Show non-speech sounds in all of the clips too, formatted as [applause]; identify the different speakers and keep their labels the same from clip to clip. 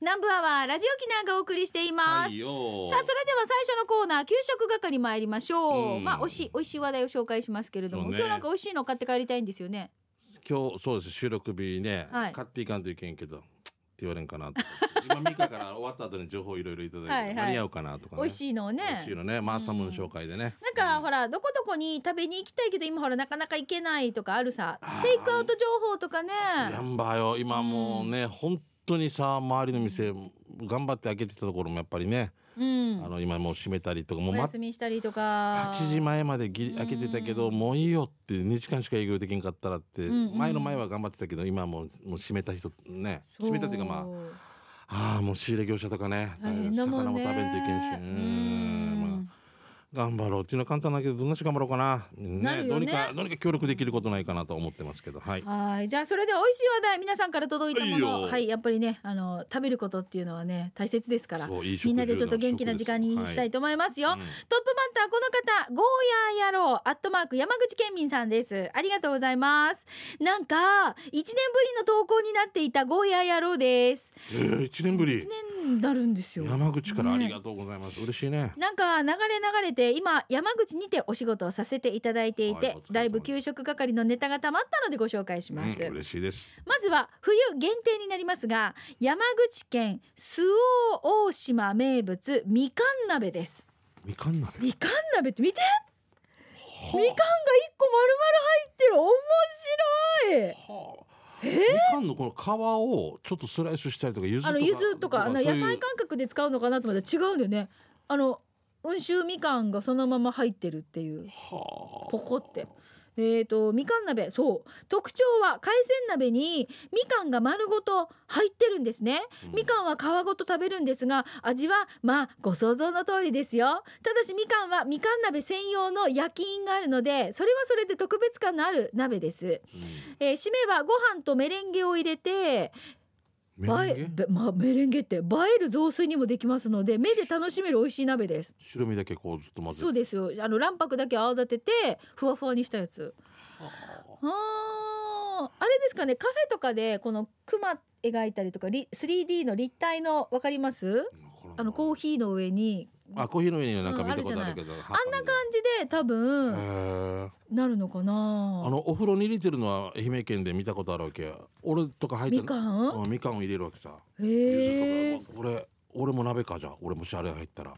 Speaker 1: 南部アワーラジオキナがお送りしています、
Speaker 2: はいよ
Speaker 1: さあそれでは最初のコーナー給食係参りましょう、
Speaker 2: うん
Speaker 1: まあ美味しい美味しい話題を紹介しますけれども、
Speaker 2: そうね
Speaker 1: 今日なんか美味しいの買って帰りたいんですよね
Speaker 2: 今日そうです収録日ね、
Speaker 1: はい
Speaker 2: 買っていかんといけんけどって言われんかなと今ミカから終わった後に情報いろいろいただいて、
Speaker 1: はいはい
Speaker 2: 間に合うかなとかね
Speaker 1: 美味しいのを
Speaker 2: 美味
Speaker 1: ね
Speaker 2: しいのねマーサムの紹介でね、
Speaker 1: なんか
Speaker 2: う
Speaker 1: ほらどこどこに食べに行きたいけど今ほらなかなか行けないとかあるさ
Speaker 2: あー
Speaker 1: テイクアウト情報とかね
Speaker 2: やんばよ今もうね、本当にさ周りの店頑張って開けてたところもやっぱりね、
Speaker 1: うん
Speaker 2: あの今もう閉めたりとかも
Speaker 1: お
Speaker 2: う、ま、
Speaker 1: 休みしたりとか
Speaker 2: 8時前までぎり開けてたけど、
Speaker 1: うん
Speaker 2: もういいよって2時間しか営業できんかったらって、
Speaker 1: うんうん
Speaker 2: 前の前は頑張ってたけど今はもうもう閉めた人ね
Speaker 1: そう
Speaker 2: 閉めたっていうかまあああもう仕入れ業者とかね
Speaker 1: 大変だもんね
Speaker 2: 魚も食べんといけんし
Speaker 1: う
Speaker 2: う
Speaker 1: んん
Speaker 2: まあ頑張ろうっていうのは簡単だけどどんなし頑張ろうかな,、ね
Speaker 1: なる
Speaker 2: ど
Speaker 1: よ
Speaker 2: う
Speaker 1: ね
Speaker 2: にかどうにか協力できることないかなと思ってますけどはい。
Speaker 1: はいじゃあそれでは美味しい話題皆さんから届いたも
Speaker 2: はい
Speaker 1: の
Speaker 2: よ
Speaker 1: はいやっぱりねあの食べることっていうのはね大切ですから
Speaker 2: そういい食
Speaker 1: みんなでちょっと元気な時間にしたいと思いますよ、トップバッターこの方ゴーヤー野郎アットマーク山口県民さんですありがとうございますなんか一年ぶりの投稿になっていたゴーヤー野郎です
Speaker 2: えー、1年ぶり
Speaker 1: 一年になるんですよ
Speaker 2: 山口からありがとうございます、嬉しいね
Speaker 1: なんか流れ流れて今山口にてお仕事をさせていただいていて、
Speaker 2: はいお疲れ様です
Speaker 1: だいぶ給食係のネタがたまったのでご紹介します、
Speaker 2: うん、嬉しいです
Speaker 1: まずは冬限定になりますが山口県周防大島名物みかん鍋です
Speaker 2: みかん鍋
Speaker 1: みかん鍋って見てみかんが
Speaker 2: は
Speaker 1: 一個丸々入ってる面白い
Speaker 2: あはあみかんのこの皮をちょっとスライスしたりとか柚子と
Speaker 1: あ
Speaker 2: か
Speaker 1: の柚子とかあの
Speaker 2: そう
Speaker 1: 野
Speaker 2: いう
Speaker 1: 菜感覚で使うのかなと思ったら違うんだよねあの温州みかんがそのまま入ってるっていう
Speaker 2: はあ
Speaker 1: ポコってえー、とみかん鍋そう特徴は海鮮鍋にみかんが丸ごと入ってるんですね
Speaker 2: うん
Speaker 1: みかんは皮ごと食べるんですが味はまあご想像の通りですよただしみかんはみかん鍋専用の焼き印があるのでそれはそれで特別感のある鍋です、
Speaker 2: うん
Speaker 1: えー締めはご飯とメレンゲを入れて
Speaker 2: メレン
Speaker 1: 映え
Speaker 2: ゲ
Speaker 1: べまあ、メレンゲって映える雑炊にもできますので目で楽しめる美味しい鍋です
Speaker 2: 白身だけこうずっと混ぜて
Speaker 1: そうですよあの卵白だけ泡立ててふわふわにしたやつ
Speaker 2: はあ
Speaker 1: あーあれですかねカフェとかでこのクマ描いたりとかリ 3D の立体のわかりますあのコー
Speaker 2: ヒ
Speaker 1: ヒーの上に
Speaker 2: あコーヒーの上にはなんか見たことあるけど、
Speaker 1: あんな感じで多
Speaker 2: じ
Speaker 1: 分
Speaker 2: へえ
Speaker 1: なるのか
Speaker 2: あ
Speaker 1: な
Speaker 2: のお風呂に入れてるのは愛媛県で見たことあるわけ俺とか入って
Speaker 1: みかん
Speaker 2: うんみかんを入れるわけさ
Speaker 1: へ
Speaker 2: 柚
Speaker 1: え
Speaker 2: 子とか俺俺も鍋かじゃあ俺もしあれ
Speaker 1: [laughs]
Speaker 2: 入ったら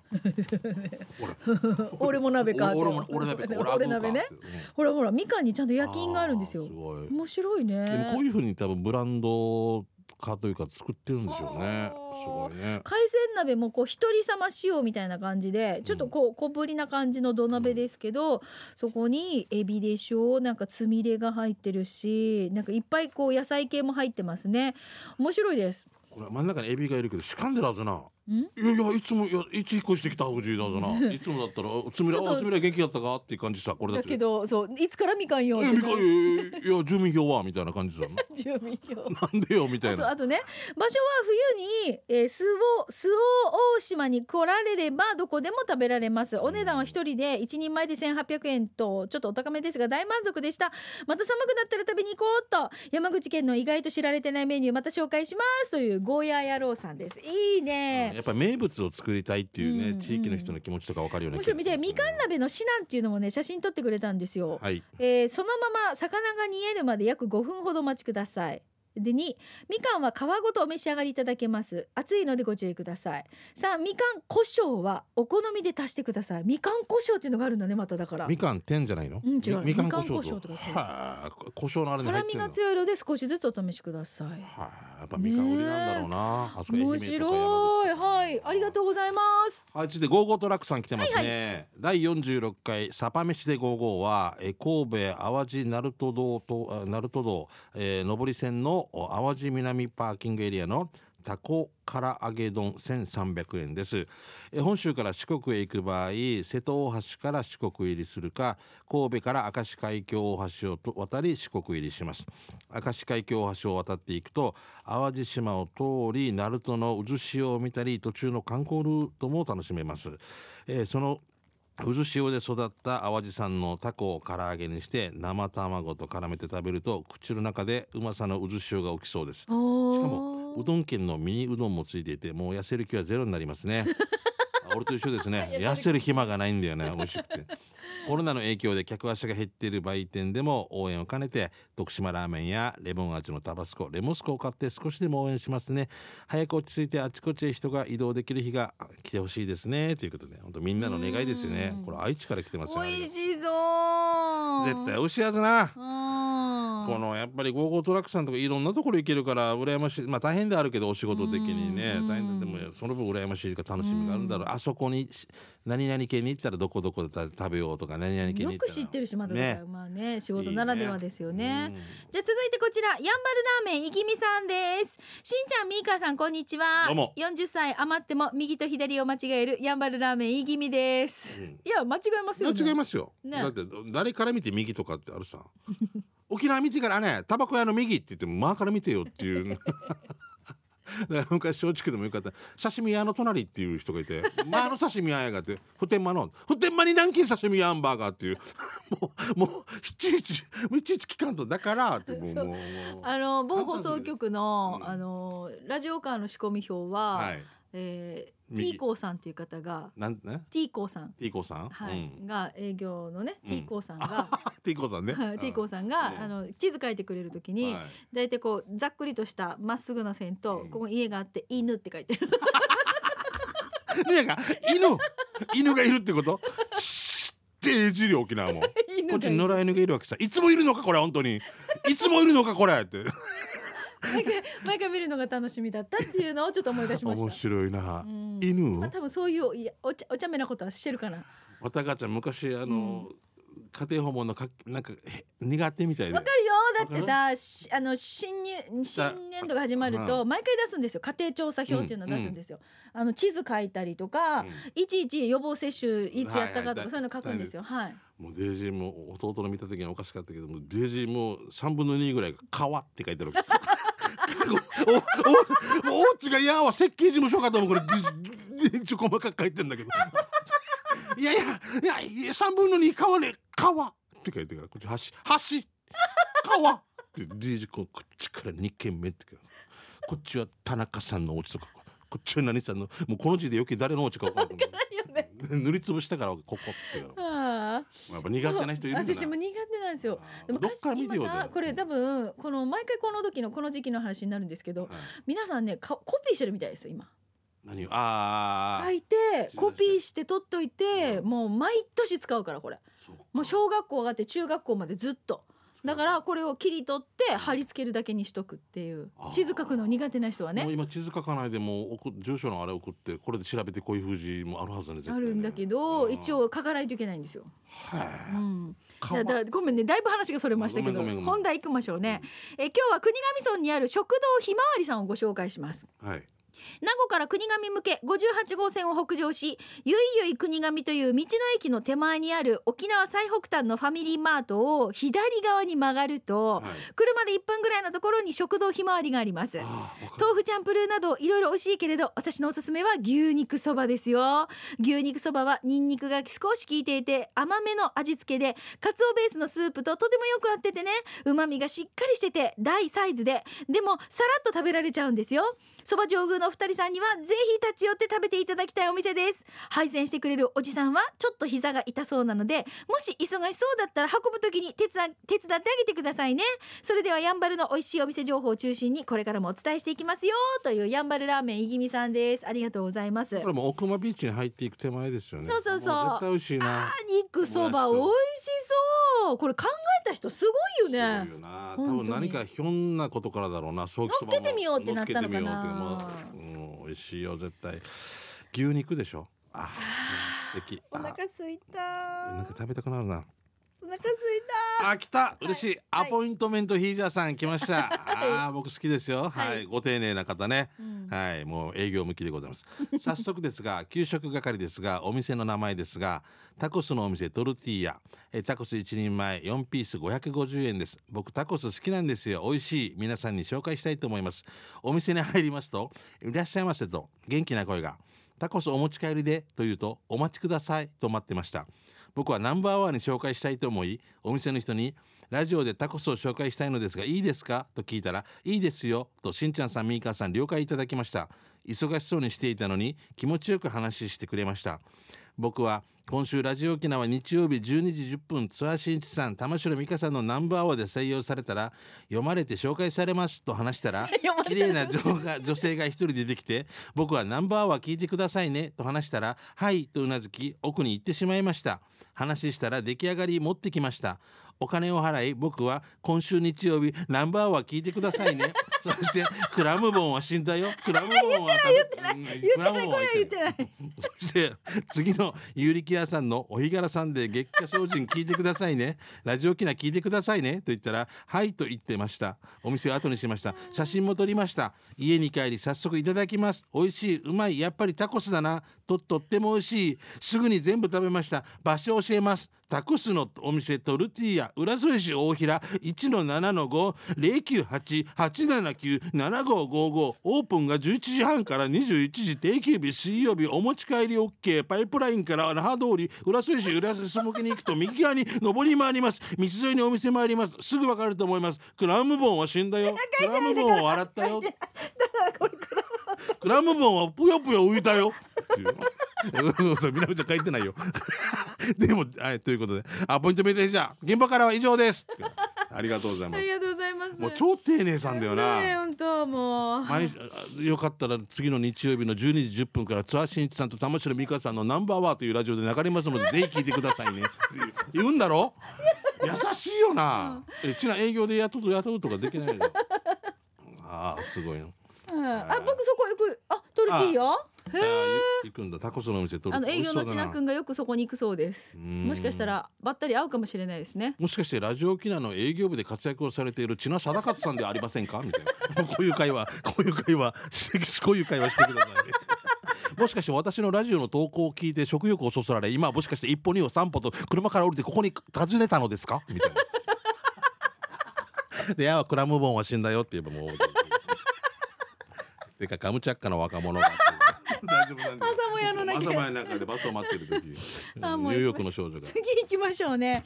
Speaker 2: 俺
Speaker 1: 俺も鍋かって
Speaker 2: お俺も
Speaker 1: [laughs]
Speaker 2: 俺鍋か俺あぐ
Speaker 1: 俺
Speaker 2: ーか
Speaker 1: 鍋ね
Speaker 2: ってうん
Speaker 1: ほらほらみかんにちゃんと夜勤があるんです
Speaker 2: あ
Speaker 1: よ
Speaker 2: ーすごい
Speaker 1: 面白いね
Speaker 2: でもこういうふうに多分ブランド化というか作ってるんでしょうね
Speaker 1: あー
Speaker 2: すごいね
Speaker 1: 海鮮鍋もこう一人様仕様みたいな感じでちょっとこう小ぶりな感じの土鍋ですけど、そこにエビでしょなんかつみれが入ってるしなんかいっぱいこう野菜系も入ってますね面白いです
Speaker 2: これ真ん中にエビがいるけどしかんでるはずなんいやいやいつもいやいつ引っ越してきた藤井だぞないつもだったらあつみれ
Speaker 1: ちょっと
Speaker 2: あつみれ元気だったかっていう感じさこれだ
Speaker 1: だ
Speaker 2: って
Speaker 1: けどそういつからみかんよ
Speaker 2: えみか
Speaker 1: [laughs]
Speaker 2: んいやいやいや住民票はみたいな感じだな
Speaker 1: 住民票
Speaker 2: んでよみたい
Speaker 1: あと
Speaker 2: な
Speaker 1: あとね場所は冬に、えー、周防周防大島に来られればどこでも食べられますお値段は一人で一人前で1800円とちょっとお高めですが大満足でしたまた寒くなったら食べに行こうと山口県の意外と知られてないメニューまた紹介しますというゴーヤー野郎さんですいい
Speaker 2: うん
Speaker 1: ね
Speaker 2: やっぱり名物を作りたいっていうね、
Speaker 1: うんうん
Speaker 2: 地域の人の気持ちとかわかるよね
Speaker 1: 面白い見てみかん鍋の指南っていうのもね写真撮ってくれたんですよ
Speaker 2: はい
Speaker 1: えーそのまま魚が煮えるまで約5分ほどお待ちください。で2みかんは皮ごとお召し上がりいただけます熱いのでご注意ください3みかん胡椒はお好みで足してくださいみかん胡椒っていうのがあるんだねまただから
Speaker 2: みかん天じゃないの、
Speaker 1: うん違う
Speaker 2: みみかん胡
Speaker 1: みかん胡椒
Speaker 2: 椒
Speaker 1: と
Speaker 2: と
Speaker 1: かそう
Speaker 2: はあ胡椒のあれに入
Speaker 1: 辛
Speaker 2: って
Speaker 1: み
Speaker 2: んの
Speaker 1: が強いので少しずつお試しください
Speaker 2: はあやっぱみかん売りなんだろうな、あそこ愛媛
Speaker 1: 面
Speaker 2: とか
Speaker 1: 白いはいありが
Speaker 2: う
Speaker 1: とうございます
Speaker 2: はい続いてゴーゴートラックさん来てますね、第46回サパ飯でゴーゴーはえー神戸淡路鳴門道とあ鳴門道、えー上り線のお淡路南パーキングエリアのタコから揚げ丼1300円ですえー本州から四国へ行く場合瀬戸大橋から四国入りするか神戸から明石海峡大橋をと渡り四国入りします明石海峡大橋を渡っていくと淡路島を通り鳴門の渦潮を見たり途中の観光ルートも楽しめます、えーその渦潮で育った淡路産のタコを唐揚げにして生卵と絡めて食べると口の中でうまさの渦潮が起きそうです
Speaker 1: しか
Speaker 2: しかもうどん県のミニうどんもついていてもう痩せる気はゼロになりま
Speaker 1: [laughs]
Speaker 2: すねあ俺と一緒ですね痩せる暇がないんだよね美味しくてコロナの影響で客足が減っている売店でも応援を兼ねて徳島ラーメンやレモン味のタバスコレモスコを買って少しでも応援しますね早く落ち着いてあちこちへ人が移動できる日が来てほしいですねということで本当みんなの願いですよね
Speaker 1: うん
Speaker 2: これ愛知から来てますよね
Speaker 1: 美味しそう
Speaker 2: 絶対美味しいはずな
Speaker 1: あー
Speaker 2: このやっぱりゴーゴートラックさんとかいろんなところ行けるから羨ましいまあ大変であるけどお仕事的にね
Speaker 1: うん
Speaker 2: 大変だでもその分羨ましいとか楽しみがあるんだろうあそこにし何々系に行ったらどこどこでた食べようとか何々系に行ったら
Speaker 1: よく知ってる島だから、
Speaker 2: ね
Speaker 1: まあね仕事ならではですよね
Speaker 2: うん
Speaker 1: じゃあ続いてこちらヤンバルラーメンいきみさんですしんちゃんみーかさんこんにちは
Speaker 2: どうも
Speaker 1: 40歳余っても右と左を間違えるヤンバルラーメンいきみですいや間違えます
Speaker 2: う
Speaker 1: よ
Speaker 2: ん
Speaker 1: ね
Speaker 2: 間違いますよ、
Speaker 1: ね
Speaker 2: だって誰から見て右とかってあるさ [laughs] 沖縄見てからねタバコ屋の右って言っても間から見てよっていう
Speaker 1: [laughs]
Speaker 2: だから昔松竹でもよかった刺身屋の隣っていう人がいて「間の刺身屋やが」って「普天間の普天間に南京刺身屋ハンバーガー」っていう [laughs] もうもういちいちもういちいち聞かんとだからってもう
Speaker 1: そう
Speaker 2: もうもう
Speaker 1: あの某放送局の、
Speaker 2: うん
Speaker 1: あのラジオカーの仕込み表は、
Speaker 2: はい
Speaker 1: えー、
Speaker 2: 右
Speaker 1: T コーさんという方が
Speaker 2: なんね
Speaker 1: T コーさん、
Speaker 2: ティーコーさん、
Speaker 1: はい
Speaker 2: うん、
Speaker 1: が営業のね、
Speaker 2: うん
Speaker 1: T コーさん
Speaker 2: [laughs]
Speaker 1: が
Speaker 2: ティーコーさんね
Speaker 1: T コー
Speaker 2: ー
Speaker 1: さんが、
Speaker 2: うん
Speaker 1: あの地図書いてくれるときに、
Speaker 2: はい
Speaker 1: 大体こうざっくりとしたまっすぐな線と、
Speaker 2: うん
Speaker 1: ここに家があって犬って書いてる
Speaker 2: ねえか犬犬がいるってことシーってえじるよ沖縄もこ
Speaker 1: 犬
Speaker 2: っち
Speaker 1: が
Speaker 2: に野良犬がいるわけさいつもいるのかこれ本当にいつもいるのかこれって
Speaker 1: 毎回毎回見るのが楽しみだったっていうのをちょっと思い出しました
Speaker 2: 面白いな、
Speaker 1: うんまあ、
Speaker 2: 犬
Speaker 1: 多分そういういやお茶お茶目なことはしてるかな
Speaker 2: わたがちゃん昔あの、家庭訪問のかなんかへ苦手みたいで
Speaker 1: わかるよだってさしあの新入新年度が始まると毎回出すんですよ家庭調査表っていうのを出すんですよ、あの地図書いたりとか、いちいち予防接種いつやったかと
Speaker 2: はいは
Speaker 1: か
Speaker 2: い
Speaker 1: そういうの書くんですよはい
Speaker 2: うんもうデイジーも弟の見た時におかしかったけどもデイジーも3分の2ぐらいが「川」って書いてあるわけおおもうおうちが「いやーは設計事務所かと思うこれデイジー細かく書いてんだけどいやいやいやいや3分の2川ね川って書いてるからこっち橋橋川ってデイジーこうこっちから2軒目って書いてあるこっちは田中さんのお家とかこっちは何さんのもうこの字で余計誰のお家か分からない
Speaker 1: いいよね
Speaker 2: 塗りつぶしたからここっていうの
Speaker 1: あ
Speaker 2: やっぱ苦手な人いるんだな
Speaker 1: 私も苦手なんですよでも
Speaker 2: どっから見てよ
Speaker 1: 今さこれ多分この毎回この時のこの時期の話になるんですけど
Speaker 2: はい
Speaker 1: 皆さんねかコピーしてるみたいですよ今
Speaker 2: 何をああ、
Speaker 1: 書いて
Speaker 2: して
Speaker 1: コピーして取っといて
Speaker 2: う
Speaker 1: もう毎年使うからこれ
Speaker 2: そうか
Speaker 1: もう小学校上がって中学校までずっとだからこれを切り取って貼り付けるだけにしとくっていう
Speaker 2: あー
Speaker 1: 地図書くの苦手な人は
Speaker 2: もう
Speaker 1: ね
Speaker 2: 今地図書かないでもう送住所のあれ送ってこれで調べてこういう封じもあるはずだね絶
Speaker 1: あ
Speaker 2: 対ね
Speaker 1: るんだけど
Speaker 2: うん
Speaker 1: 一応書かないといけないんですよ。う
Speaker 2: は
Speaker 1: ん、
Speaker 2: い、
Speaker 1: だだごめんねだいぶ話がそれましたけど
Speaker 2: ごめんごめんごめん
Speaker 1: 本題行きましょうね。え今日は国頭村にある食堂ひまわりさんをご紹介します。
Speaker 2: はい
Speaker 1: 名護から国頭向け58号線を北上しゆいゆい国頭という道の駅の手前にある沖縄最北端のファミリーマートを左側に曲がると
Speaker 2: はい
Speaker 1: 車で1分ぐらいのところに食堂ひまわりがあります。
Speaker 2: ああわかる
Speaker 1: 豆腐チャンプルーなどいろいろ美味しいけれど私のおすすめは牛肉そばですよ牛肉そばはニンニクが少し効いていて甘めの味付けでカツオベースのスープととてもよく合っててね旨味がしっかりしてて大サイズででもさらっと食べられちゃうんですよそば上宮のお二人さんにはぜひ立ち寄って食べていただきたいお店です配膳してくれるおじさんはちょっと膝が痛そうなのでもし忙しそうだったら運ぶ時に手伝手伝ってあげてくださいねそれではやんばるの美味しいお店情報を中心にこれからもお伝えしていきますよというやんばるラーメンいぎみさんですありがとうございます
Speaker 2: これもう奥間ビーチに入っていく手前ですよね
Speaker 1: そうそうそう
Speaker 2: も絶対美味しいな
Speaker 1: 肉そば美味しそうこれ考えた人すごいよ
Speaker 2: す
Speaker 1: ね
Speaker 2: ごいよな多
Speaker 1: 本当
Speaker 2: 分
Speaker 1: に
Speaker 2: 何かひょんなことからだろうなソーキそばも
Speaker 1: 乗っけてみようってなったのかな
Speaker 2: 乗っけてみようってもううん美味しいよ絶対牛肉でしょああ素敵
Speaker 1: お腹
Speaker 2: あ
Speaker 1: すいた
Speaker 2: なんか食べたくなるな
Speaker 1: お腹すいた
Speaker 2: あ来た嬉しい、
Speaker 1: はい
Speaker 2: アポイントメントヒージャーさん来ました、あー僕好きですよはい、
Speaker 1: はい
Speaker 2: ご丁寧な方ね
Speaker 1: うん
Speaker 2: はいもう営業向きでござ
Speaker 1: [laughs]
Speaker 2: います早速ですが給食係ですがお店の名前ですがタコスのお店トルティーヤえタコス1人前4ピース550円です僕タコス好きなんですよ美味しい皆さんに紹介したいと思いますお店に入りますといらっしゃいませと元気な声がタコスお持ち帰りでというとお待ちくださいと待ってました僕はナンバーワンに紹介したいと思いお店の人に「ラジオでタコスを紹介したいのですがいいですか?」と聞いたら「いいですよ」としんちゃんさんみーかんさん了解いただきました忙しそうにしていたのに気持ちよく話してくれました僕は今週ラジオ沖縄日曜日12時10分ツアーしんいちさん玉城美香さんのナンバーワンで採用されたら読まれて紹介されますと話 [laughs] したら
Speaker 1: 読まれ
Speaker 2: 綺
Speaker 1: て
Speaker 2: 麗
Speaker 1: る
Speaker 2: な女が女性が一人出てきて僕はナンバーワン聞いてくださいねと話したらはいとうなずき奥に行ってしまいました話したら出来上がり持ってきましたお金を払い僕は今週日曜日ナンバーワン聞いてくださいねそしてクラムボンは死んだよクラムボンは言ってない言って
Speaker 1: 言ってないこれは言ってない
Speaker 2: そして次の有力屋さんのお日柄さんで月下精進聞いてくださいねラジオ機内聞いてくださいねと言ったらはいと言ってましたお店を後にしました写真も撮りました家に帰り早速いただきます美味しいうまいやっぱりタコスだなととっても美味しいすぐに全部食べました場所教えますタコスのお店トルティーヤ浦添市大平1の7の50988797555オープンが11時半から21時定休日水曜日お持ち帰り OK パイプラインから那覇通り浦添市浦添市向けに行くと右側に上り回ります道沿いにお店もありますすぐわかると思いますクラムボンは死んだよクラムボンは笑ったよクラムボンはぷよぷよ浮いたよ。っていううんそうみなみちゃん書いてないよ。 [laughs] でも、はい、ということで、アポイントメイトでした。現場からは以上です。ありがとうござい
Speaker 1: あ
Speaker 2: ます
Speaker 1: り。がとうございます
Speaker 2: [laughs] もう超丁寧さんだよ
Speaker 1: ねえ
Speaker 2: な。
Speaker 1: 本当もう
Speaker 2: 毎あよかったら次の日曜日の12時10分からツアーしんいちさんと玉城美香さんの「ナンバーワー」というラジオで流れますのでぜひ聞いてくださいねっていう言うんだろ優しいよな、うちな営業で雇うと雇うとかできないよああすごいの
Speaker 1: うんあ僕そこよくあトルティーヤ
Speaker 2: あーい行くんだタコスのお店取る
Speaker 1: あの営業の千
Speaker 2: 美味しそうだ
Speaker 1: 奈
Speaker 2: な
Speaker 1: くんがよくそこに行くそうです。
Speaker 2: うーん
Speaker 1: もしかしたらばったり会うかもしれないですね。
Speaker 2: もしかしてラジオ沖縄の営業部で活躍をされている千奈貞勝さんではありませんかみたいな [laughs] こういう会話こういう会話 [laughs] してこういう会話してくださいね [laughs] もしかして私のラジオの投稿を聞いて食欲をそそられ今はもしかして一歩二歩三歩と車から降りてここに訪ねたのですかみたいな [laughs] で「ああクラムボンは死んだよ」って言えばもう [laughs] てかガムチャッカの若者が大丈夫なんだよ
Speaker 1: [laughs] 朝もやの中
Speaker 2: 朝もやの中でバスを待ってる時ニ
Speaker 1: [laughs] あも
Speaker 2: ュ
Speaker 1: う
Speaker 2: ーヨークの少女が
Speaker 1: 次行きましょうね。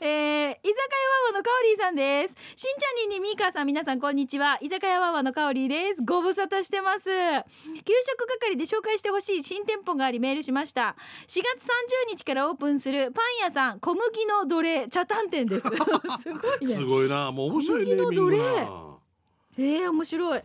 Speaker 1: えー、居酒屋ワワのカオリーさんです。しんちゃんにんにみーかーさん皆さんこんにちは。居酒屋ワワのカオリーです。ご無沙汰してます。給食係で紹介してほしい新店舗がありメールしました。4月30日からオープンするパン屋さん小麦の奴隷茶炭店
Speaker 2: [laughs]
Speaker 1: です。すごいね
Speaker 2: す。ごいな、もう面白いね。
Speaker 1: 小麦の奴隷
Speaker 2: みんな
Speaker 1: えー、面白い、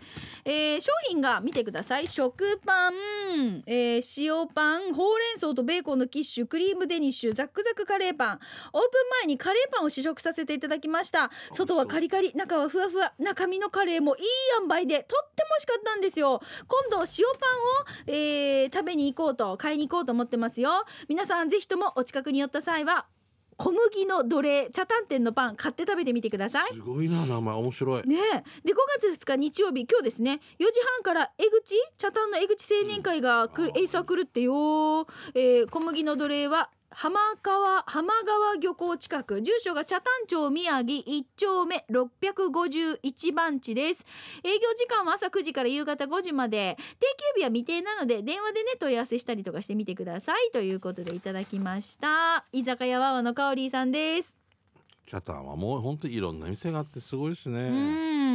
Speaker 1: えー商品が見てください食パン、えー塩パンほうれん草とベーコンのキッシュクリームデニッシュザックザクカレーパンオープン前にカレーパンを試食させていただきました外はカリカリ中はふわふわ中身のカレーもいい塩梅でとっても美味しかったんですよ今度塩パンを、えー食べに行こうと買いに行こうと思ってますよ皆さんぜひともお近くに寄った際は小麦の奴隷茶炭店のパン買って食べてみてください
Speaker 2: すごいな、名前面白い。
Speaker 1: ねえで5月2日日曜日今日ですね4時半から江口茶炭の江口青年会が来る、
Speaker 2: うん
Speaker 1: エイサー来るってよ、えー小麦の奴隷は浜川浜川漁港近く住所が茶炭町宮城1丁目651番地です営業時間は朝9時から夕方5時まで定休日は未定なので電話でね問い合わせしたりとかしてみてくださいということでいただきました居酒屋わわのかおりーさんです
Speaker 2: チャタンはもう本当にいろんな店があってすごいです
Speaker 1: う
Speaker 2: ね。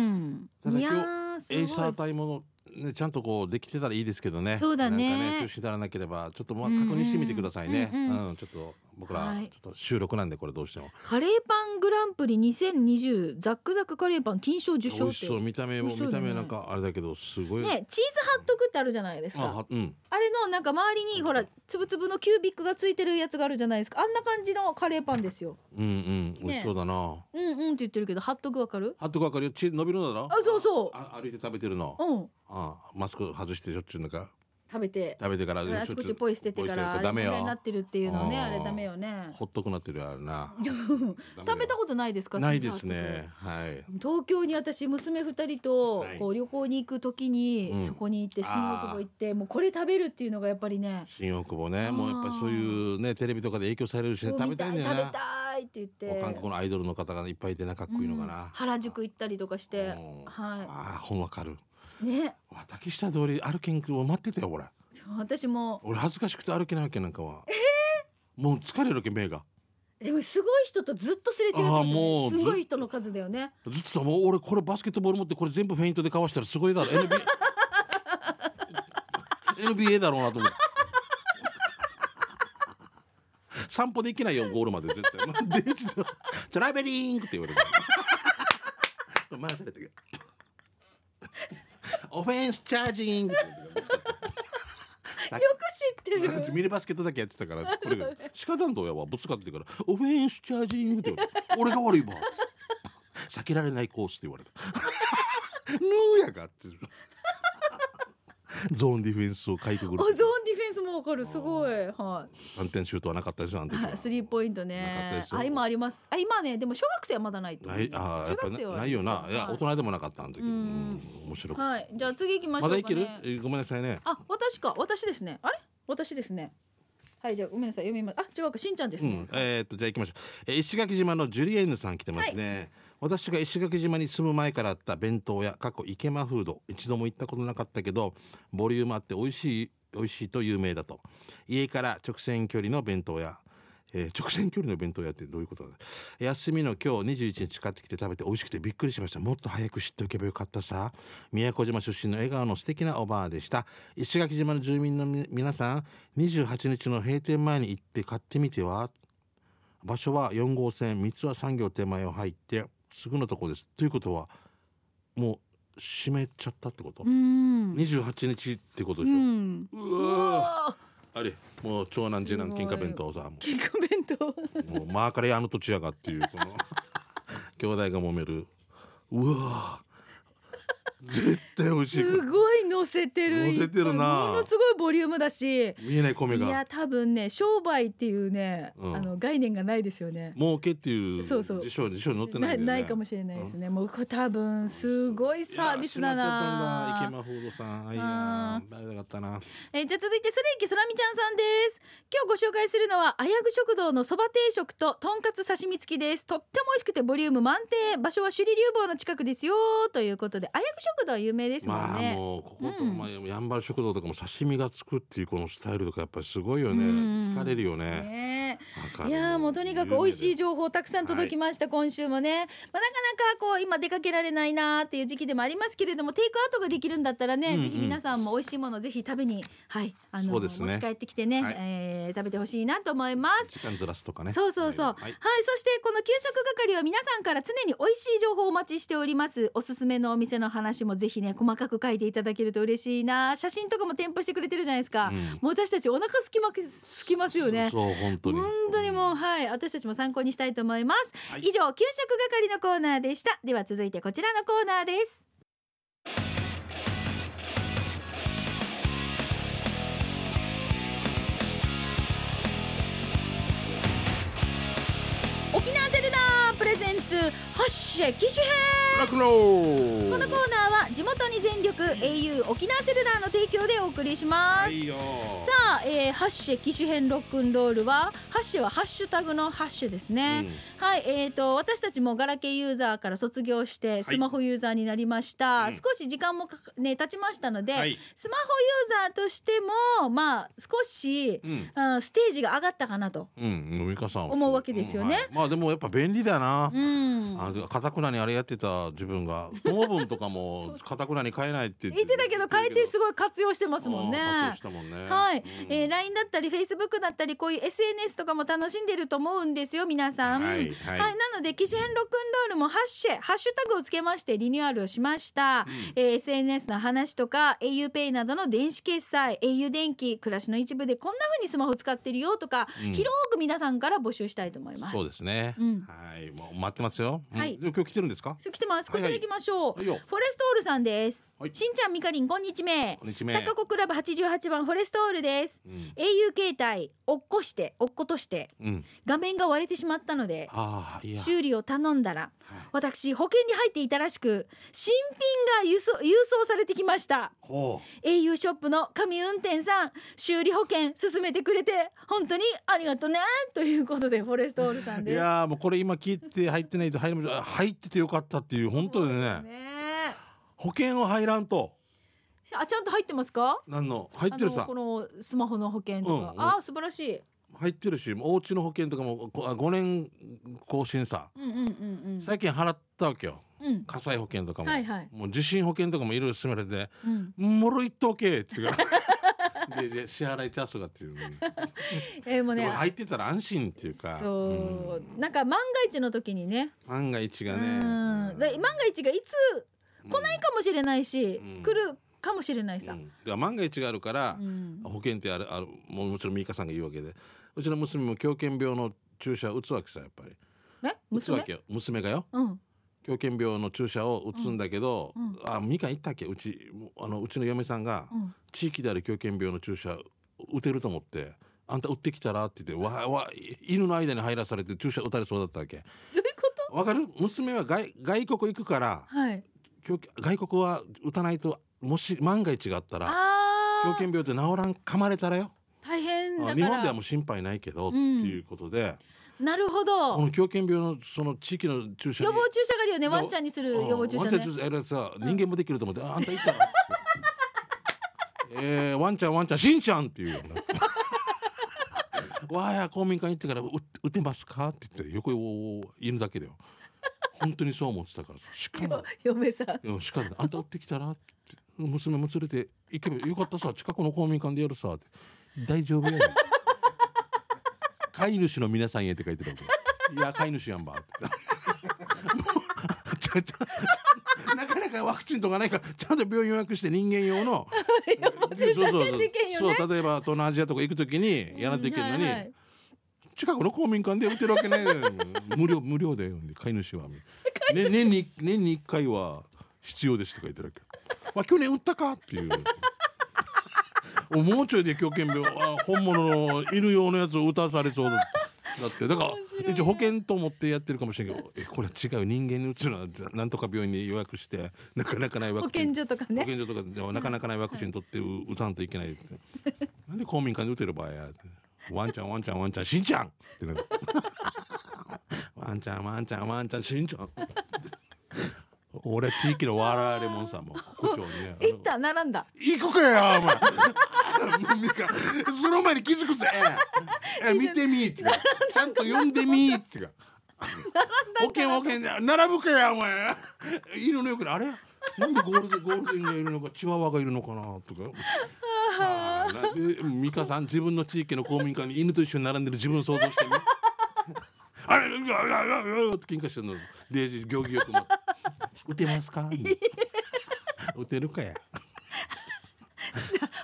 Speaker 1: ん
Speaker 2: ただ
Speaker 1: いや
Speaker 2: 今
Speaker 1: ーすごい
Speaker 2: エイサー隊ものね、ちゃんとこうできてたらいいですけどね。
Speaker 1: そうだね
Speaker 2: なんかね、中止にならなければ、ちょっとまあ
Speaker 1: うん
Speaker 2: 確
Speaker 1: うん
Speaker 2: 認してみてくださいね。
Speaker 1: うんうん
Speaker 2: うん、ちょっと僕ら
Speaker 1: はい
Speaker 2: ちょっと収録なんでこれどうしても。
Speaker 1: カレーパングランプリ2020ザックザクカレーパン金賞受
Speaker 2: 美
Speaker 1: 賞っ
Speaker 2: 味してそう、見た目
Speaker 1: 美
Speaker 2: も
Speaker 1: 味しそ
Speaker 2: 見
Speaker 1: うだ
Speaker 2: た
Speaker 1: ね
Speaker 2: 目なんかあれだけどすごい。
Speaker 1: ねチーズハットクってあるじゃないです
Speaker 2: あ、
Speaker 1: か
Speaker 2: はうん。
Speaker 1: あれのなんか周りにほらつぶつぶのキュービックがついてるやつがあるじゃないですかあんな感じのカレーパンですよ
Speaker 2: うんうん、美味しそうだな。
Speaker 1: うんうんって言ってるけどハットクわかる
Speaker 2: ハットクわかるよ、チーズ伸びるのだろ
Speaker 1: あそうそう
Speaker 2: あ歩いて食べてるの。
Speaker 1: うん
Speaker 2: あ、マスク外してしょっちゅうのか。
Speaker 1: 食べて
Speaker 2: 食べてから。
Speaker 1: あちこ
Speaker 2: しょっ
Speaker 1: ちポイ捨ててからあれ
Speaker 2: ダメ
Speaker 1: 問題
Speaker 2: よ
Speaker 1: にな。ってるっていうのね
Speaker 2: あー
Speaker 1: あれダメよね
Speaker 2: ほっとくなってるよあるな。
Speaker 1: [laughs] 食べたことないですか
Speaker 2: ない
Speaker 1: チーズハ
Speaker 2: で
Speaker 1: ッ
Speaker 2: す
Speaker 1: トク
Speaker 2: ね。はい。
Speaker 1: 東京に私娘2人と
Speaker 2: はい
Speaker 1: こう旅行に行く時に、
Speaker 2: うん
Speaker 1: そこに行って
Speaker 2: あー
Speaker 1: 新大久保行ってもうこれ食べるっていうのがやっぱりね
Speaker 2: 新大久保ね、
Speaker 1: あー
Speaker 2: もうやっぱりそういうねテレビとかで影響されるし
Speaker 1: そう
Speaker 2: 食べたいんだよ
Speaker 1: 見食べ
Speaker 2: な。
Speaker 1: たいって言って
Speaker 2: もう韓国のアイドルの方がいっぱいいてなかっこいいのか
Speaker 1: うん
Speaker 2: な。
Speaker 1: 原宿行ったりとかして
Speaker 2: う
Speaker 1: は
Speaker 2: んああ、ほんわかる。
Speaker 1: いね
Speaker 2: わ竹下通り歩けんくを待ってたよ、俺。
Speaker 1: そう私も
Speaker 2: 俺恥ずかしくて歩けないわけなんかは。もう疲れるわけ目が
Speaker 1: でもすごい人とずっとすれ違ってた
Speaker 2: あーもう
Speaker 1: すごい人の数だよね
Speaker 2: ずっとさもう俺これバスケットボール持ってこれ全部フェイントでかわしたらすごいだろ NBA, NBA だろうなと思って散歩できないよゴールまで絶対でちょっとトラベリングって言われる回されてくるオフェンスチャージングって言われて
Speaker 1: よく知って
Speaker 2: 私
Speaker 1: る
Speaker 2: ミニバスケットだけやってたからこれが鹿団の親はぶつかってから「オフェンスチャージング」って言われて「俺が悪いわ」避けられないコース」って言われた「ヌーやが」ってゾーンディフェンスをかいくぐ
Speaker 1: お
Speaker 2: る
Speaker 1: ゾーンディフェンスもわかるすごいはい
Speaker 2: 3点シュートはなかったですよあの時は
Speaker 1: はい、スリーポイント
Speaker 2: なかったで
Speaker 1: ね
Speaker 2: す。よ
Speaker 1: あ、今あります。あ、今ね、でも小学生はまだないと思
Speaker 2: な
Speaker 1: う。
Speaker 2: いあーやっぱ
Speaker 1: 中学生は
Speaker 2: なないよないや
Speaker 1: はい
Speaker 2: 大人でもなかったあの時
Speaker 1: う
Speaker 2: うんん面白く
Speaker 1: はい、じゃあ次行きましょ
Speaker 2: ま
Speaker 1: うか、
Speaker 2: だ
Speaker 1: ね。
Speaker 2: いけるえごめんなさいね
Speaker 1: あ、私か、私ですね。あれ、私ですね。はい、じゃあ、ごめんなさい、読みます。あ、違うか、しんちゃんです
Speaker 2: う
Speaker 1: ね
Speaker 2: ん。、えーっとじゃあ行きましょう、えー石垣島のジュリエンヌさん来てますね、私が石垣島に住む前からあった弁当屋過去池間フード一度も行ったことなかったけどボリュームあって美味しい美味しいと有名だと家から直線距離の弁当屋えー直線距離の弁当屋ってどういうことだ休みの今日21日買ってきて食べて美味しくてびっくりしましたもっと早く知っておけばよかったさ宮古島出身の笑顔の素敵なおばあでした石垣島の住民のみ皆さん28日の閉店前に行って買ってみては場所は4号線三ツ輪産業手前を入ってすぐのとこですということはもう閉めちゃったってこと、
Speaker 1: うん。
Speaker 2: 28日ってこと
Speaker 1: う
Speaker 2: でしょ、
Speaker 1: ん。
Speaker 2: う
Speaker 1: う
Speaker 2: わ
Speaker 1: わ
Speaker 2: ーあれもう長男次男
Speaker 1: すごい
Speaker 2: 喧嘩弁当さもう
Speaker 1: ー。結構弁当。
Speaker 2: もうマーカレーあの土地やがっていうこの [laughs] 兄弟が揉めるうわー絶対美味しい
Speaker 1: すごい乗せてる。
Speaker 2: 乗せてるな
Speaker 1: ものすごいボリュームだし。
Speaker 2: 見えない米
Speaker 1: い
Speaker 2: が
Speaker 1: や、多分ね、商売っていうね、
Speaker 2: うん
Speaker 1: あの概念がないですよね。
Speaker 2: 儲けっていう辞
Speaker 1: そうそう
Speaker 2: 書辞書に載ってないんだよね
Speaker 1: かもしれない [laughs] ですね。もうこれ多分すごいサービスだな。
Speaker 2: いやー閉まっちゃったんだ池間報道さんあいや
Speaker 1: あ
Speaker 2: ーバレなかったな
Speaker 1: えーじゃあ続いてそれいきそらみちゃんさんです今日ご紹介するのはあやぐ食堂のそば定食ととんかつ刺身付きですとっても美味しくてボリューム満点場所は首里流房の近くですよということであやぐ食堂は有名ですもん
Speaker 2: まあ
Speaker 1: ね、
Speaker 2: もうここと、
Speaker 1: うん
Speaker 2: まあ、やんばる食堂とかも刺身がつくっていうこのスタイルとかやっぱりすごいよね、
Speaker 1: うん
Speaker 2: 惹かれるよね
Speaker 1: ねえ
Speaker 2: わかる
Speaker 1: いやーもうとにかく美味しい情報たくさん届きました、今週もね、まあ、なかなかこう今出かけられないなーっていう時期でもありますけれどもテイクアウトができるんだったらね、
Speaker 2: うんうん
Speaker 1: ぜひ皆さんも美味しいものぜひ食べにはいあの、
Speaker 2: そうですね
Speaker 1: 持ち帰ってきてね、
Speaker 2: はい
Speaker 1: えー食べてほしいなと思います
Speaker 2: 時間ずらすとかね
Speaker 1: そうそうそう、はい、
Speaker 2: はい
Speaker 1: そしてこの給食係は皆さんから常に美味しい情報をお待ちしておりますおすすめのお店の話もぜひね細かく書いていただけると嬉しいな写真とかも添付してくれてるじゃないですか、
Speaker 2: うん
Speaker 1: もう私たちお腹すきますきますよね
Speaker 2: そうそう本当に
Speaker 1: 本当にもうはい私たちも参考にしたいと思います、
Speaker 2: はい
Speaker 1: 以上給食係のコーナーでしたでは続いてこちらのコーナーです沖縄セルラープレゼンツ発射機種編
Speaker 2: ラクロー
Speaker 1: このコーナーは地元に全力 au 沖縄セルラーの提供でお送りします、
Speaker 2: いいよ
Speaker 1: さあ、えー、ハッシュ機種編ロックンロールはハッシュはハッシュタグのハッシュです
Speaker 2: あ
Speaker 1: ね、はいえー、と私たちもガラケーユーザーから卒業してスマホユーザーになりました、
Speaker 2: うん
Speaker 1: 少し時間もかかね経ちましたので、
Speaker 2: はい
Speaker 1: スマホユーザーとしてもまあ少し、
Speaker 2: うん
Speaker 1: うん、ステージが上がったかなと、
Speaker 2: うん、飲みかさんは
Speaker 1: 思うわけですよね
Speaker 2: うんはいまあでもやっぱ便利だな
Speaker 1: う、ん、
Speaker 2: あのかたくなにあれやってた自分が糖分とかもかたくなに買えないって言っ
Speaker 1: 言ってたけど変えてすごい活用してますもんね。
Speaker 2: あー活用したもんね
Speaker 1: はい、
Speaker 2: うん
Speaker 1: えー、LINE だったり Facebook だったりこういう SNS とかも楽しんでると思うんですよ皆さん。
Speaker 2: はいはい
Speaker 1: なので機種変ロックンロールもハッシュハッシュタグをつけましてリニューアルをしました、えー SNS の話とか auPay などの電子決済 au 電気暮らしの一部でこんな風にスマホ使ってるよとか、
Speaker 2: うん
Speaker 1: 広く皆さんから募集したいと思います。
Speaker 2: そうですね、
Speaker 1: うん
Speaker 2: はいもう待ってますよ、うん
Speaker 1: はい
Speaker 2: でも今日来てるんですか
Speaker 1: そう来てますこ
Speaker 2: はい
Speaker 1: ち
Speaker 2: は
Speaker 1: ら
Speaker 2: い
Speaker 1: 行きましょう、
Speaker 2: はいよ
Speaker 1: フォレストオールさんです、
Speaker 2: はい
Speaker 1: しんちゃんみかりんこんにちめ
Speaker 2: こんにちは
Speaker 1: 高子クラブ88番フォレストオールです
Speaker 2: うん
Speaker 1: au 携帯落っこして落っことして
Speaker 2: うん、
Speaker 1: 画面が割れてしまったので
Speaker 2: ああいや
Speaker 1: 修理を頼んだら
Speaker 2: はい
Speaker 1: 私保険に入っていたらしく新品が輸送郵送されてきました
Speaker 2: ほ
Speaker 1: au ショップの神運転さん修理保険勧めてくれて本当にありがとねということでフォレストオールさん
Speaker 2: うい
Speaker 1: です。
Speaker 2: やーもうこれ今切って入ってないと入れまあ入っててよかったっていう本当でね
Speaker 1: ねえ
Speaker 2: 保険を入らんと
Speaker 1: あちゃんと入ってますか
Speaker 2: なんの入ってる
Speaker 1: あの
Speaker 2: さ
Speaker 1: このスマホの保険とか、
Speaker 2: うん
Speaker 1: あー素晴らしい
Speaker 2: 入ってるしお家の保険とかもこあ5年更新さ
Speaker 1: うんうんうん
Speaker 2: 最近払ったわけよ
Speaker 1: うんうん
Speaker 2: 火災保険とかも、
Speaker 1: はいはい
Speaker 2: もう地震保険とかもいろいろ勧められて
Speaker 1: うん
Speaker 2: 「もろいっとけ」って言うか
Speaker 1: [laughs]
Speaker 2: らでで支払いチャンスがっていうのに
Speaker 1: えーもう
Speaker 2: で
Speaker 1: ね
Speaker 2: も入ってたら安心っていうか
Speaker 1: そう、
Speaker 2: ん
Speaker 1: なんか万が一の時にね
Speaker 2: 万が一がね
Speaker 1: うんで万が一がいつ来ないかもしれないし、
Speaker 2: うん
Speaker 1: 来るかもしれないさ、
Speaker 2: うんでは万が一があるから、
Speaker 1: うん
Speaker 2: 保険ってあるあるもうもちろんミイカさんが言うわけでうちの娘も狂犬病の注射打つわけさやっぱり
Speaker 1: ね
Speaker 2: 打つわ
Speaker 1: 娘
Speaker 2: けよ娘がよ
Speaker 1: うん
Speaker 2: 狂犬病の注射を打つんだけど、
Speaker 1: うんうん
Speaker 2: あミカ行ったっけうちあのうちの嫁さんが
Speaker 1: うん
Speaker 2: 地域である狂犬病の注射打てると思って「あんた打ってきたら?」って言ってわわ犬の間に入らされて注射打たれそうだったわけ
Speaker 1: どういうこと
Speaker 2: わかる娘は外外国行くから
Speaker 1: はい
Speaker 2: 狂犬外国は打たないともし万が一があったら
Speaker 1: あ
Speaker 2: 狂
Speaker 1: あ
Speaker 2: 犬病って治らん噛まれたらよ
Speaker 1: 大変だから
Speaker 2: あ日本ではもう心配ないけど、
Speaker 1: ん
Speaker 2: っていうことで
Speaker 1: なるほ
Speaker 2: こ
Speaker 1: ど予
Speaker 2: の狂犬病のその地域の注射
Speaker 1: 防注射があるよね
Speaker 2: ど
Speaker 1: ワンちゃんにする予防注
Speaker 2: ワ
Speaker 1: 射
Speaker 2: ンちゃん
Speaker 1: ね
Speaker 2: 注射やるやつさ人間もできると思って、 [laughs] ああんたいったらえー、ワンちゃんワンちゃんしんちゃんっていうような [laughs] わあや公民館行ってからう打てますかって言って横を犬だけだよ本当にそう思ってたからさしかも
Speaker 1: 嫁
Speaker 2: [laughs]
Speaker 1: さん
Speaker 2: いやしかもあんた打ってきたらって娘も連れて行けばよかったさ近くの公民館でやるさって大丈 [laughs] 夫やよ飼い主の皆さんへって書いてるわけいや飼い主やんばってもうちょっとなかなかワクチンとかないからちゃんと病院予約して人間
Speaker 1: [laughs]
Speaker 2: 用の
Speaker 1: 注射
Speaker 2: そう
Speaker 1: やっていけんよね
Speaker 2: そうそう例えば東南アジアとか行くときにやらなきゃいけんのに、
Speaker 1: うんはいはい
Speaker 2: 近くの公民館で売ってる
Speaker 1: [laughs]
Speaker 2: わけね無料無料で飼い主は、ね、年に年に一回は必要ですって書いてるわけまあ去年売ったかっていうおもうちょいで狂犬病あ本物の犬用のやつを打たされそうだだってだか
Speaker 1: 面白い
Speaker 2: ら一応保険と思ってやってるかもしれんけどえこれは違う人間に打つのはなんとか病院に予約してなかなかないワ
Speaker 1: 保
Speaker 2: クチン
Speaker 1: 健所とか
Speaker 2: 保
Speaker 1: ね
Speaker 2: 健所とかではなかなかないワクチン取ってう打たんといけないってなんで公民館で打てる場合やってワンちゃんワンちゃんワンちゃんしんちゃんってなんかワンちゃんワンちゃんワンちゃんしんちゃん俺は地域のわらわれもんさもう国長にね
Speaker 1: 行った並んだ
Speaker 2: 行くかよお前もうみかその前に気づくぜえ見てみーってかちゃんと読んでみーってか保険保険並ぶかよお前犬のよくないあれなんでゴールデンゴールデンがいるのかチワワがいるのかなとかあーなんで美香さん自分の地域の公民館に犬と一緒に並んでる自分を想像してみあれうわうわうわうわって喧嘩してるので行儀よくも「打てますか?」「打てるかや」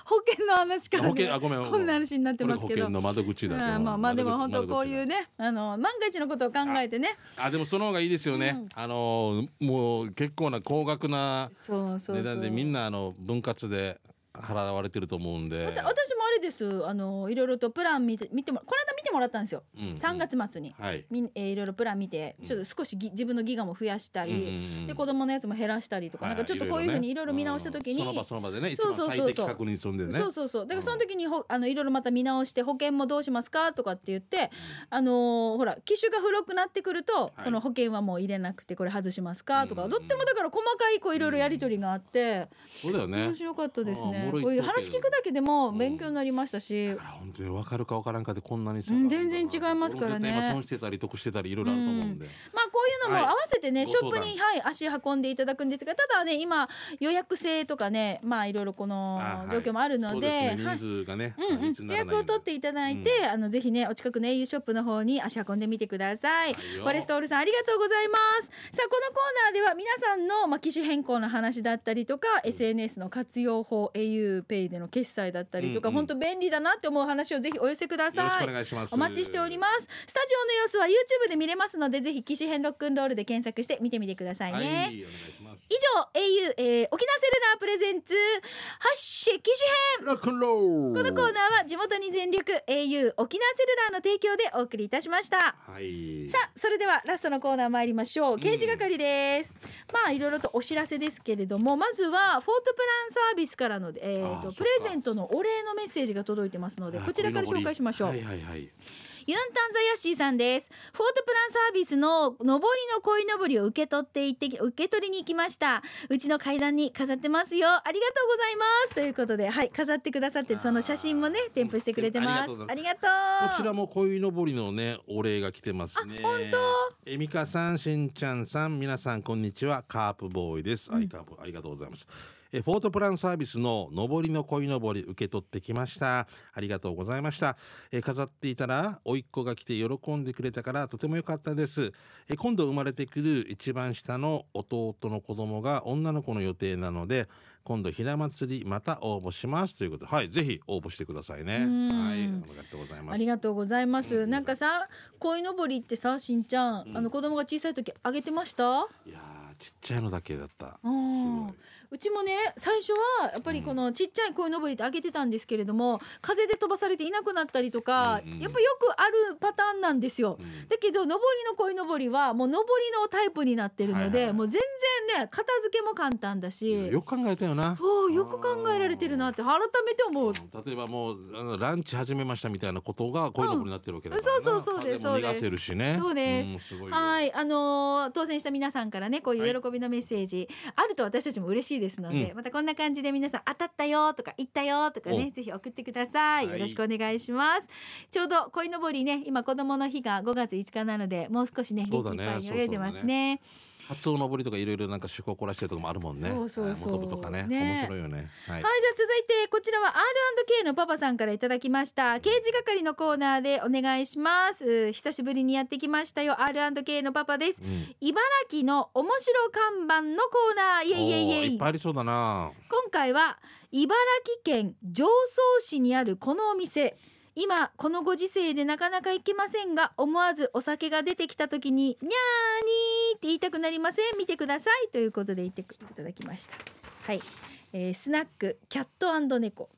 Speaker 1: 保険の話から、ね、
Speaker 2: 保険あごめん
Speaker 1: こんな話になってますけ
Speaker 2: これ保険
Speaker 1: ど
Speaker 2: の窓口だ
Speaker 1: あーまあまあでも本当こういう
Speaker 2: ね
Speaker 1: ねあの万が一のことを考えてね
Speaker 2: あでもその方がいいですよね、あのーもう結構な高額な
Speaker 1: そうそうそう
Speaker 2: 値段でみんなあの分割で払われてると思うんで
Speaker 1: 私もあれですあのいろいろとプラン見て見てもこの間見てもらったんですよ、
Speaker 2: うんうん
Speaker 1: 3月末に、
Speaker 2: はい
Speaker 1: みんえーいろいろプラン見てちょっと少しぎ自分のギガも増やしたり、
Speaker 2: うんうんうん
Speaker 1: で子供のやつも減らしたりとか、
Speaker 2: はい
Speaker 1: なんかちょっとこういうふうにいろいろ見直した時に、
Speaker 2: うんその場その場でね一
Speaker 1: そう
Speaker 2: 番
Speaker 1: そうそう
Speaker 2: 最
Speaker 1: そう
Speaker 2: 適確認するんでね
Speaker 1: そうそうそうだからその時にほあのいろいろまた見直して保険もどうしますかとかって言って、あのーほら機種が古くなってくると、
Speaker 2: はい
Speaker 1: この保険はもう入れなくてこれ外しますかとか、
Speaker 2: うんうん
Speaker 1: とってもだから細かいこういろいろやり取りがあって、
Speaker 2: そうだよね
Speaker 1: 面白かったです
Speaker 2: あー
Speaker 1: ね
Speaker 2: おもろい
Speaker 1: こういう話聞くだけでも勉強になりましたし、
Speaker 2: だから本当に分かるか分からんかでこんなにさ
Speaker 1: うん全然違いますからね
Speaker 2: 俺も絶対今損してたり得してたりいろいろあると思うんで、
Speaker 1: まあこういうのも
Speaker 2: はい
Speaker 1: 合わせてね、
Speaker 2: ご
Speaker 1: ショッ
Speaker 2: 相
Speaker 1: プ
Speaker 2: 談
Speaker 1: にはい足運んでいただくんですがただね今予約制とかねまあいろいろこの
Speaker 2: あはい
Speaker 1: 状況もあるの
Speaker 2: そう
Speaker 1: で。
Speaker 2: すね
Speaker 1: は
Speaker 2: 人
Speaker 1: い
Speaker 2: 数がね、
Speaker 1: うんうん、予約を取っていただいて、あのぜひねお近くの au ショップの方に足運んでみてください。
Speaker 2: はいよ
Speaker 1: フォレストオールさんありがとうございます。さあこのコーナーでは皆さんのまあ機種変更の話だったりとか、SNS の活用法 au ペイでの決済だったりとか、
Speaker 2: うんうん
Speaker 1: 本当便利だなって思う話をぜひお寄せください。
Speaker 2: よろしくお願いします
Speaker 1: お待ちしております。スタジオの様子は YouTube で見れますのでぜひ機種変ロックンロールで検索して見てみてくださいね。
Speaker 2: はい、お願いします
Speaker 1: 以上 au、えー、沖縄セルラープレゼンツ発信機種編
Speaker 2: ロックンロー
Speaker 1: このコーナーは地元に全力 au 沖縄セルラーの提供でお送りいたしました。
Speaker 2: はい
Speaker 1: さあそれではラストのコーナー参りましょう刑事係です、まあいろいろとお知らせですけれどもまずはフォートプランサービスからの、えー
Speaker 2: あーそ
Speaker 1: と
Speaker 2: っか
Speaker 1: プレゼントのお礼のメッセージが届いてますのでこちらから紹介しましょう、
Speaker 2: はいはいはい。
Speaker 1: ユンタンザヤッシーさんですフォートプランサービスの上りの鯉のぼりを受け取って行ってき受け取りに行きましたうちの階段に飾ってますよありがとうございますということではい飾ってくださってるその写真もね添付してくれてます
Speaker 2: うん
Speaker 1: あ
Speaker 2: あ
Speaker 1: りがとう
Speaker 2: こちらも鯉のぼりのねお礼が来てますね。本当。えみかさん、しんちゃんさん、皆さんこんにちは。カープボーイです。アイカープありがとうございます。えフォートプランサービスの上りの鯉のぼり受け取ってきました。ありがとうございました。え飾っていたら甥っ子が来て喜んでくれたからとても良かったです。え今度生まれてくる一番下の弟の子供が女の子の予定なので。今度ひな祭りまた応募しますということではいぜひ応募してくださいね
Speaker 1: うん
Speaker 2: はいありがとうございます
Speaker 1: ありがとうございます。
Speaker 2: うん
Speaker 1: なんかさ、鯉のぼりってさ、しんちゃん、
Speaker 2: うん
Speaker 1: あの子供が小さい時あげてました。
Speaker 2: いやーちっちゃいのだけだった。す
Speaker 1: う
Speaker 2: ごい
Speaker 1: んうちもね、最初はやっぱりこのちっちゃい鯉のぼりってあげてたんですけれども、風で飛ばされていなくなったりとか、
Speaker 2: うんうん
Speaker 1: やっぱよくあるパターンなんですよ。
Speaker 2: うん
Speaker 1: だけど上りの鯉のぼりはもう上りのタイプになってるので、
Speaker 2: はいはい
Speaker 1: もう全然ね片付けも簡単だ
Speaker 2: いや
Speaker 1: し
Speaker 2: よく考えたよな。
Speaker 1: そうよく考えられてるなって改めて思う
Speaker 2: うん例えばもうあのランチ始めましたみたいなことがこういうのぼりになってるわけだからな、
Speaker 1: うんそうそうそうです
Speaker 2: 風も逃がせるしね。
Speaker 1: そうです
Speaker 2: んすごいよ。
Speaker 1: はい、あのー当選した皆さんからね、こうい
Speaker 2: は
Speaker 1: う
Speaker 2: い
Speaker 1: 喜びのメッセージ、あると私たちも嬉しいですので、
Speaker 2: う
Speaker 1: またこんな感じで皆さん当たったよとか言ったよとかね、
Speaker 2: お
Speaker 1: ぜひ送ってください。
Speaker 2: はい
Speaker 1: よろしくお願いします。ちょうど鯉のぼりね、今子供の日が5月5日なので、もう少しね、
Speaker 2: そ
Speaker 1: 元
Speaker 2: うだ
Speaker 1: 気いっ
Speaker 2: ね
Speaker 1: ぱいに泳いでますね。
Speaker 2: 初おのぼりとかいろいろなんか趣向を凝らしてるとこもあるもんね。
Speaker 1: そうそうそう
Speaker 2: はい元部とかね
Speaker 1: ね
Speaker 2: 面白いよね。はい。
Speaker 1: はい、じゃあ続いてこちらは R&K のパパさんからいただきました刑事係のコーナーでお願いしますうー久しぶりにやってきましたよ R&K のパパです
Speaker 2: うん
Speaker 1: 茨城の面白看板のコーナーイエイイエイイエ
Speaker 2: おー
Speaker 1: イ
Speaker 2: いっぱいありそうだな。
Speaker 1: 今回は茨城県常総市にあるこのお店今このご時世でなかなか行けませんが思わずお酒が出てきた時に「にゃーにー」って言いたくなりません見てくださいということで言っていただきましたはい、えースナックキャット
Speaker 2: [laughs]
Speaker 1: 猫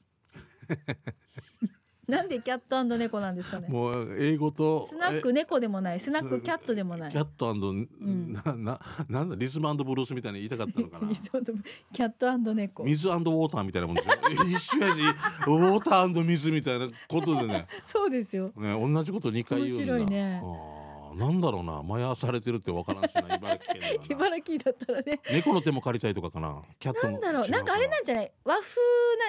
Speaker 1: なんでキャット猫なんですかね
Speaker 2: もう英語と
Speaker 1: スナッ
Speaker 2: え
Speaker 1: ク猫でもないスナックキャットでもない
Speaker 2: キャット
Speaker 1: ん
Speaker 2: なななんだリズムブルースみたいに言いたかったの
Speaker 1: [laughs]
Speaker 2: かな。
Speaker 1: キャット猫
Speaker 2: 水ウォーターみたいなもんで
Speaker 1: [laughs]
Speaker 2: しょ一緒やしウォーター水みたいなこと
Speaker 1: [laughs]
Speaker 2: でね
Speaker 1: そうですよ
Speaker 2: ね同じこと2回言うんだ
Speaker 1: 面白いね
Speaker 2: あーなんだろうな迷わされてるってわからんしな茨城県だな
Speaker 1: [laughs] 茨城だったらね
Speaker 2: [laughs] 猫の手も借りたいとかかなキャット
Speaker 1: なん
Speaker 2: も
Speaker 1: だろ
Speaker 2: 違
Speaker 1: うなんかあれ
Speaker 2: [laughs]
Speaker 1: なんじゃない和風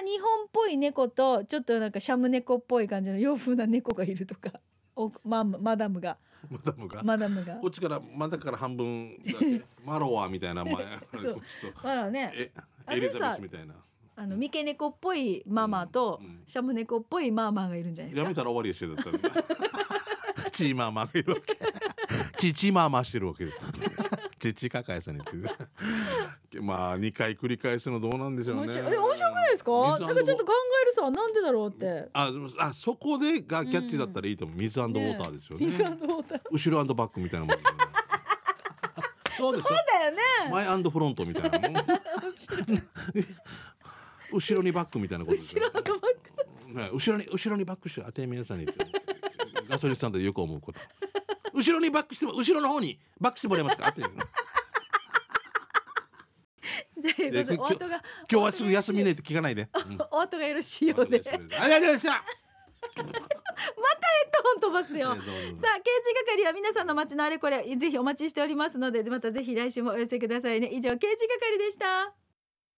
Speaker 1: な日本っぽい猫とちょっとなんかシャム猫っぽい感じの洋風な猫がいるとかおマンマダムが
Speaker 2: マダムが
Speaker 1: マダムが
Speaker 2: こっちからまだから半分だ
Speaker 1: [laughs]
Speaker 2: けマロワみたいな前こっ
Speaker 1: そう
Speaker 2: ちと
Speaker 1: まだね
Speaker 2: え
Speaker 1: あ
Speaker 2: エ
Speaker 1: れ
Speaker 2: リ
Speaker 1: さ
Speaker 2: ザベスみたいな
Speaker 1: あの三毛猫っぽいママと、
Speaker 2: うんうん
Speaker 1: シャム猫っぽいマーマーがいるんじゃないで
Speaker 2: や
Speaker 1: す
Speaker 2: め
Speaker 1: か
Speaker 2: たら終わりでしょだったら [laughs] チーマーマーがいるわけ [laughs] チチーマーマーしてるわけ [laughs] チチカカヤさんに言ってる [laughs] まあ二回繰り返すのどうなんでしょうね
Speaker 1: 面白いえ面白くないですか
Speaker 2: 水
Speaker 1: なんかちょっと考えるさなんでだろうって
Speaker 2: あでもあそこでがキャッチだったらいいと思う、水ウォーターですよね
Speaker 1: 水ウォー
Speaker 2: [laughs]
Speaker 1: ター
Speaker 2: 後ろバックみたいなもんだ
Speaker 1: [laughs]
Speaker 2: よねそうでしょ
Speaker 1: だよね
Speaker 2: 前フロントみたいなもん [laughs] 後ろにバックみたいなことです
Speaker 1: [laughs] 後
Speaker 2: よ
Speaker 1: ろのバック
Speaker 2: ね、後ろに後ろにバックして当て皆さんに言ってガソリンスタンドでよく思うこと後ろにバックしても後ろの方にバックしてもらえますかっていう
Speaker 1: ということで
Speaker 2: で
Speaker 1: お後が
Speaker 2: 今日はすぐ休みねって聞かないで、うん
Speaker 1: お後がよろしいようでヘッド [laughs] ホ
Speaker 2: ありがとうございました
Speaker 1: ン飛ばすよさあ刑事係は皆さんの街のあれこれぜひお待ちしておりますのでまたぜひ来週もお寄せくださいね以上刑事係でした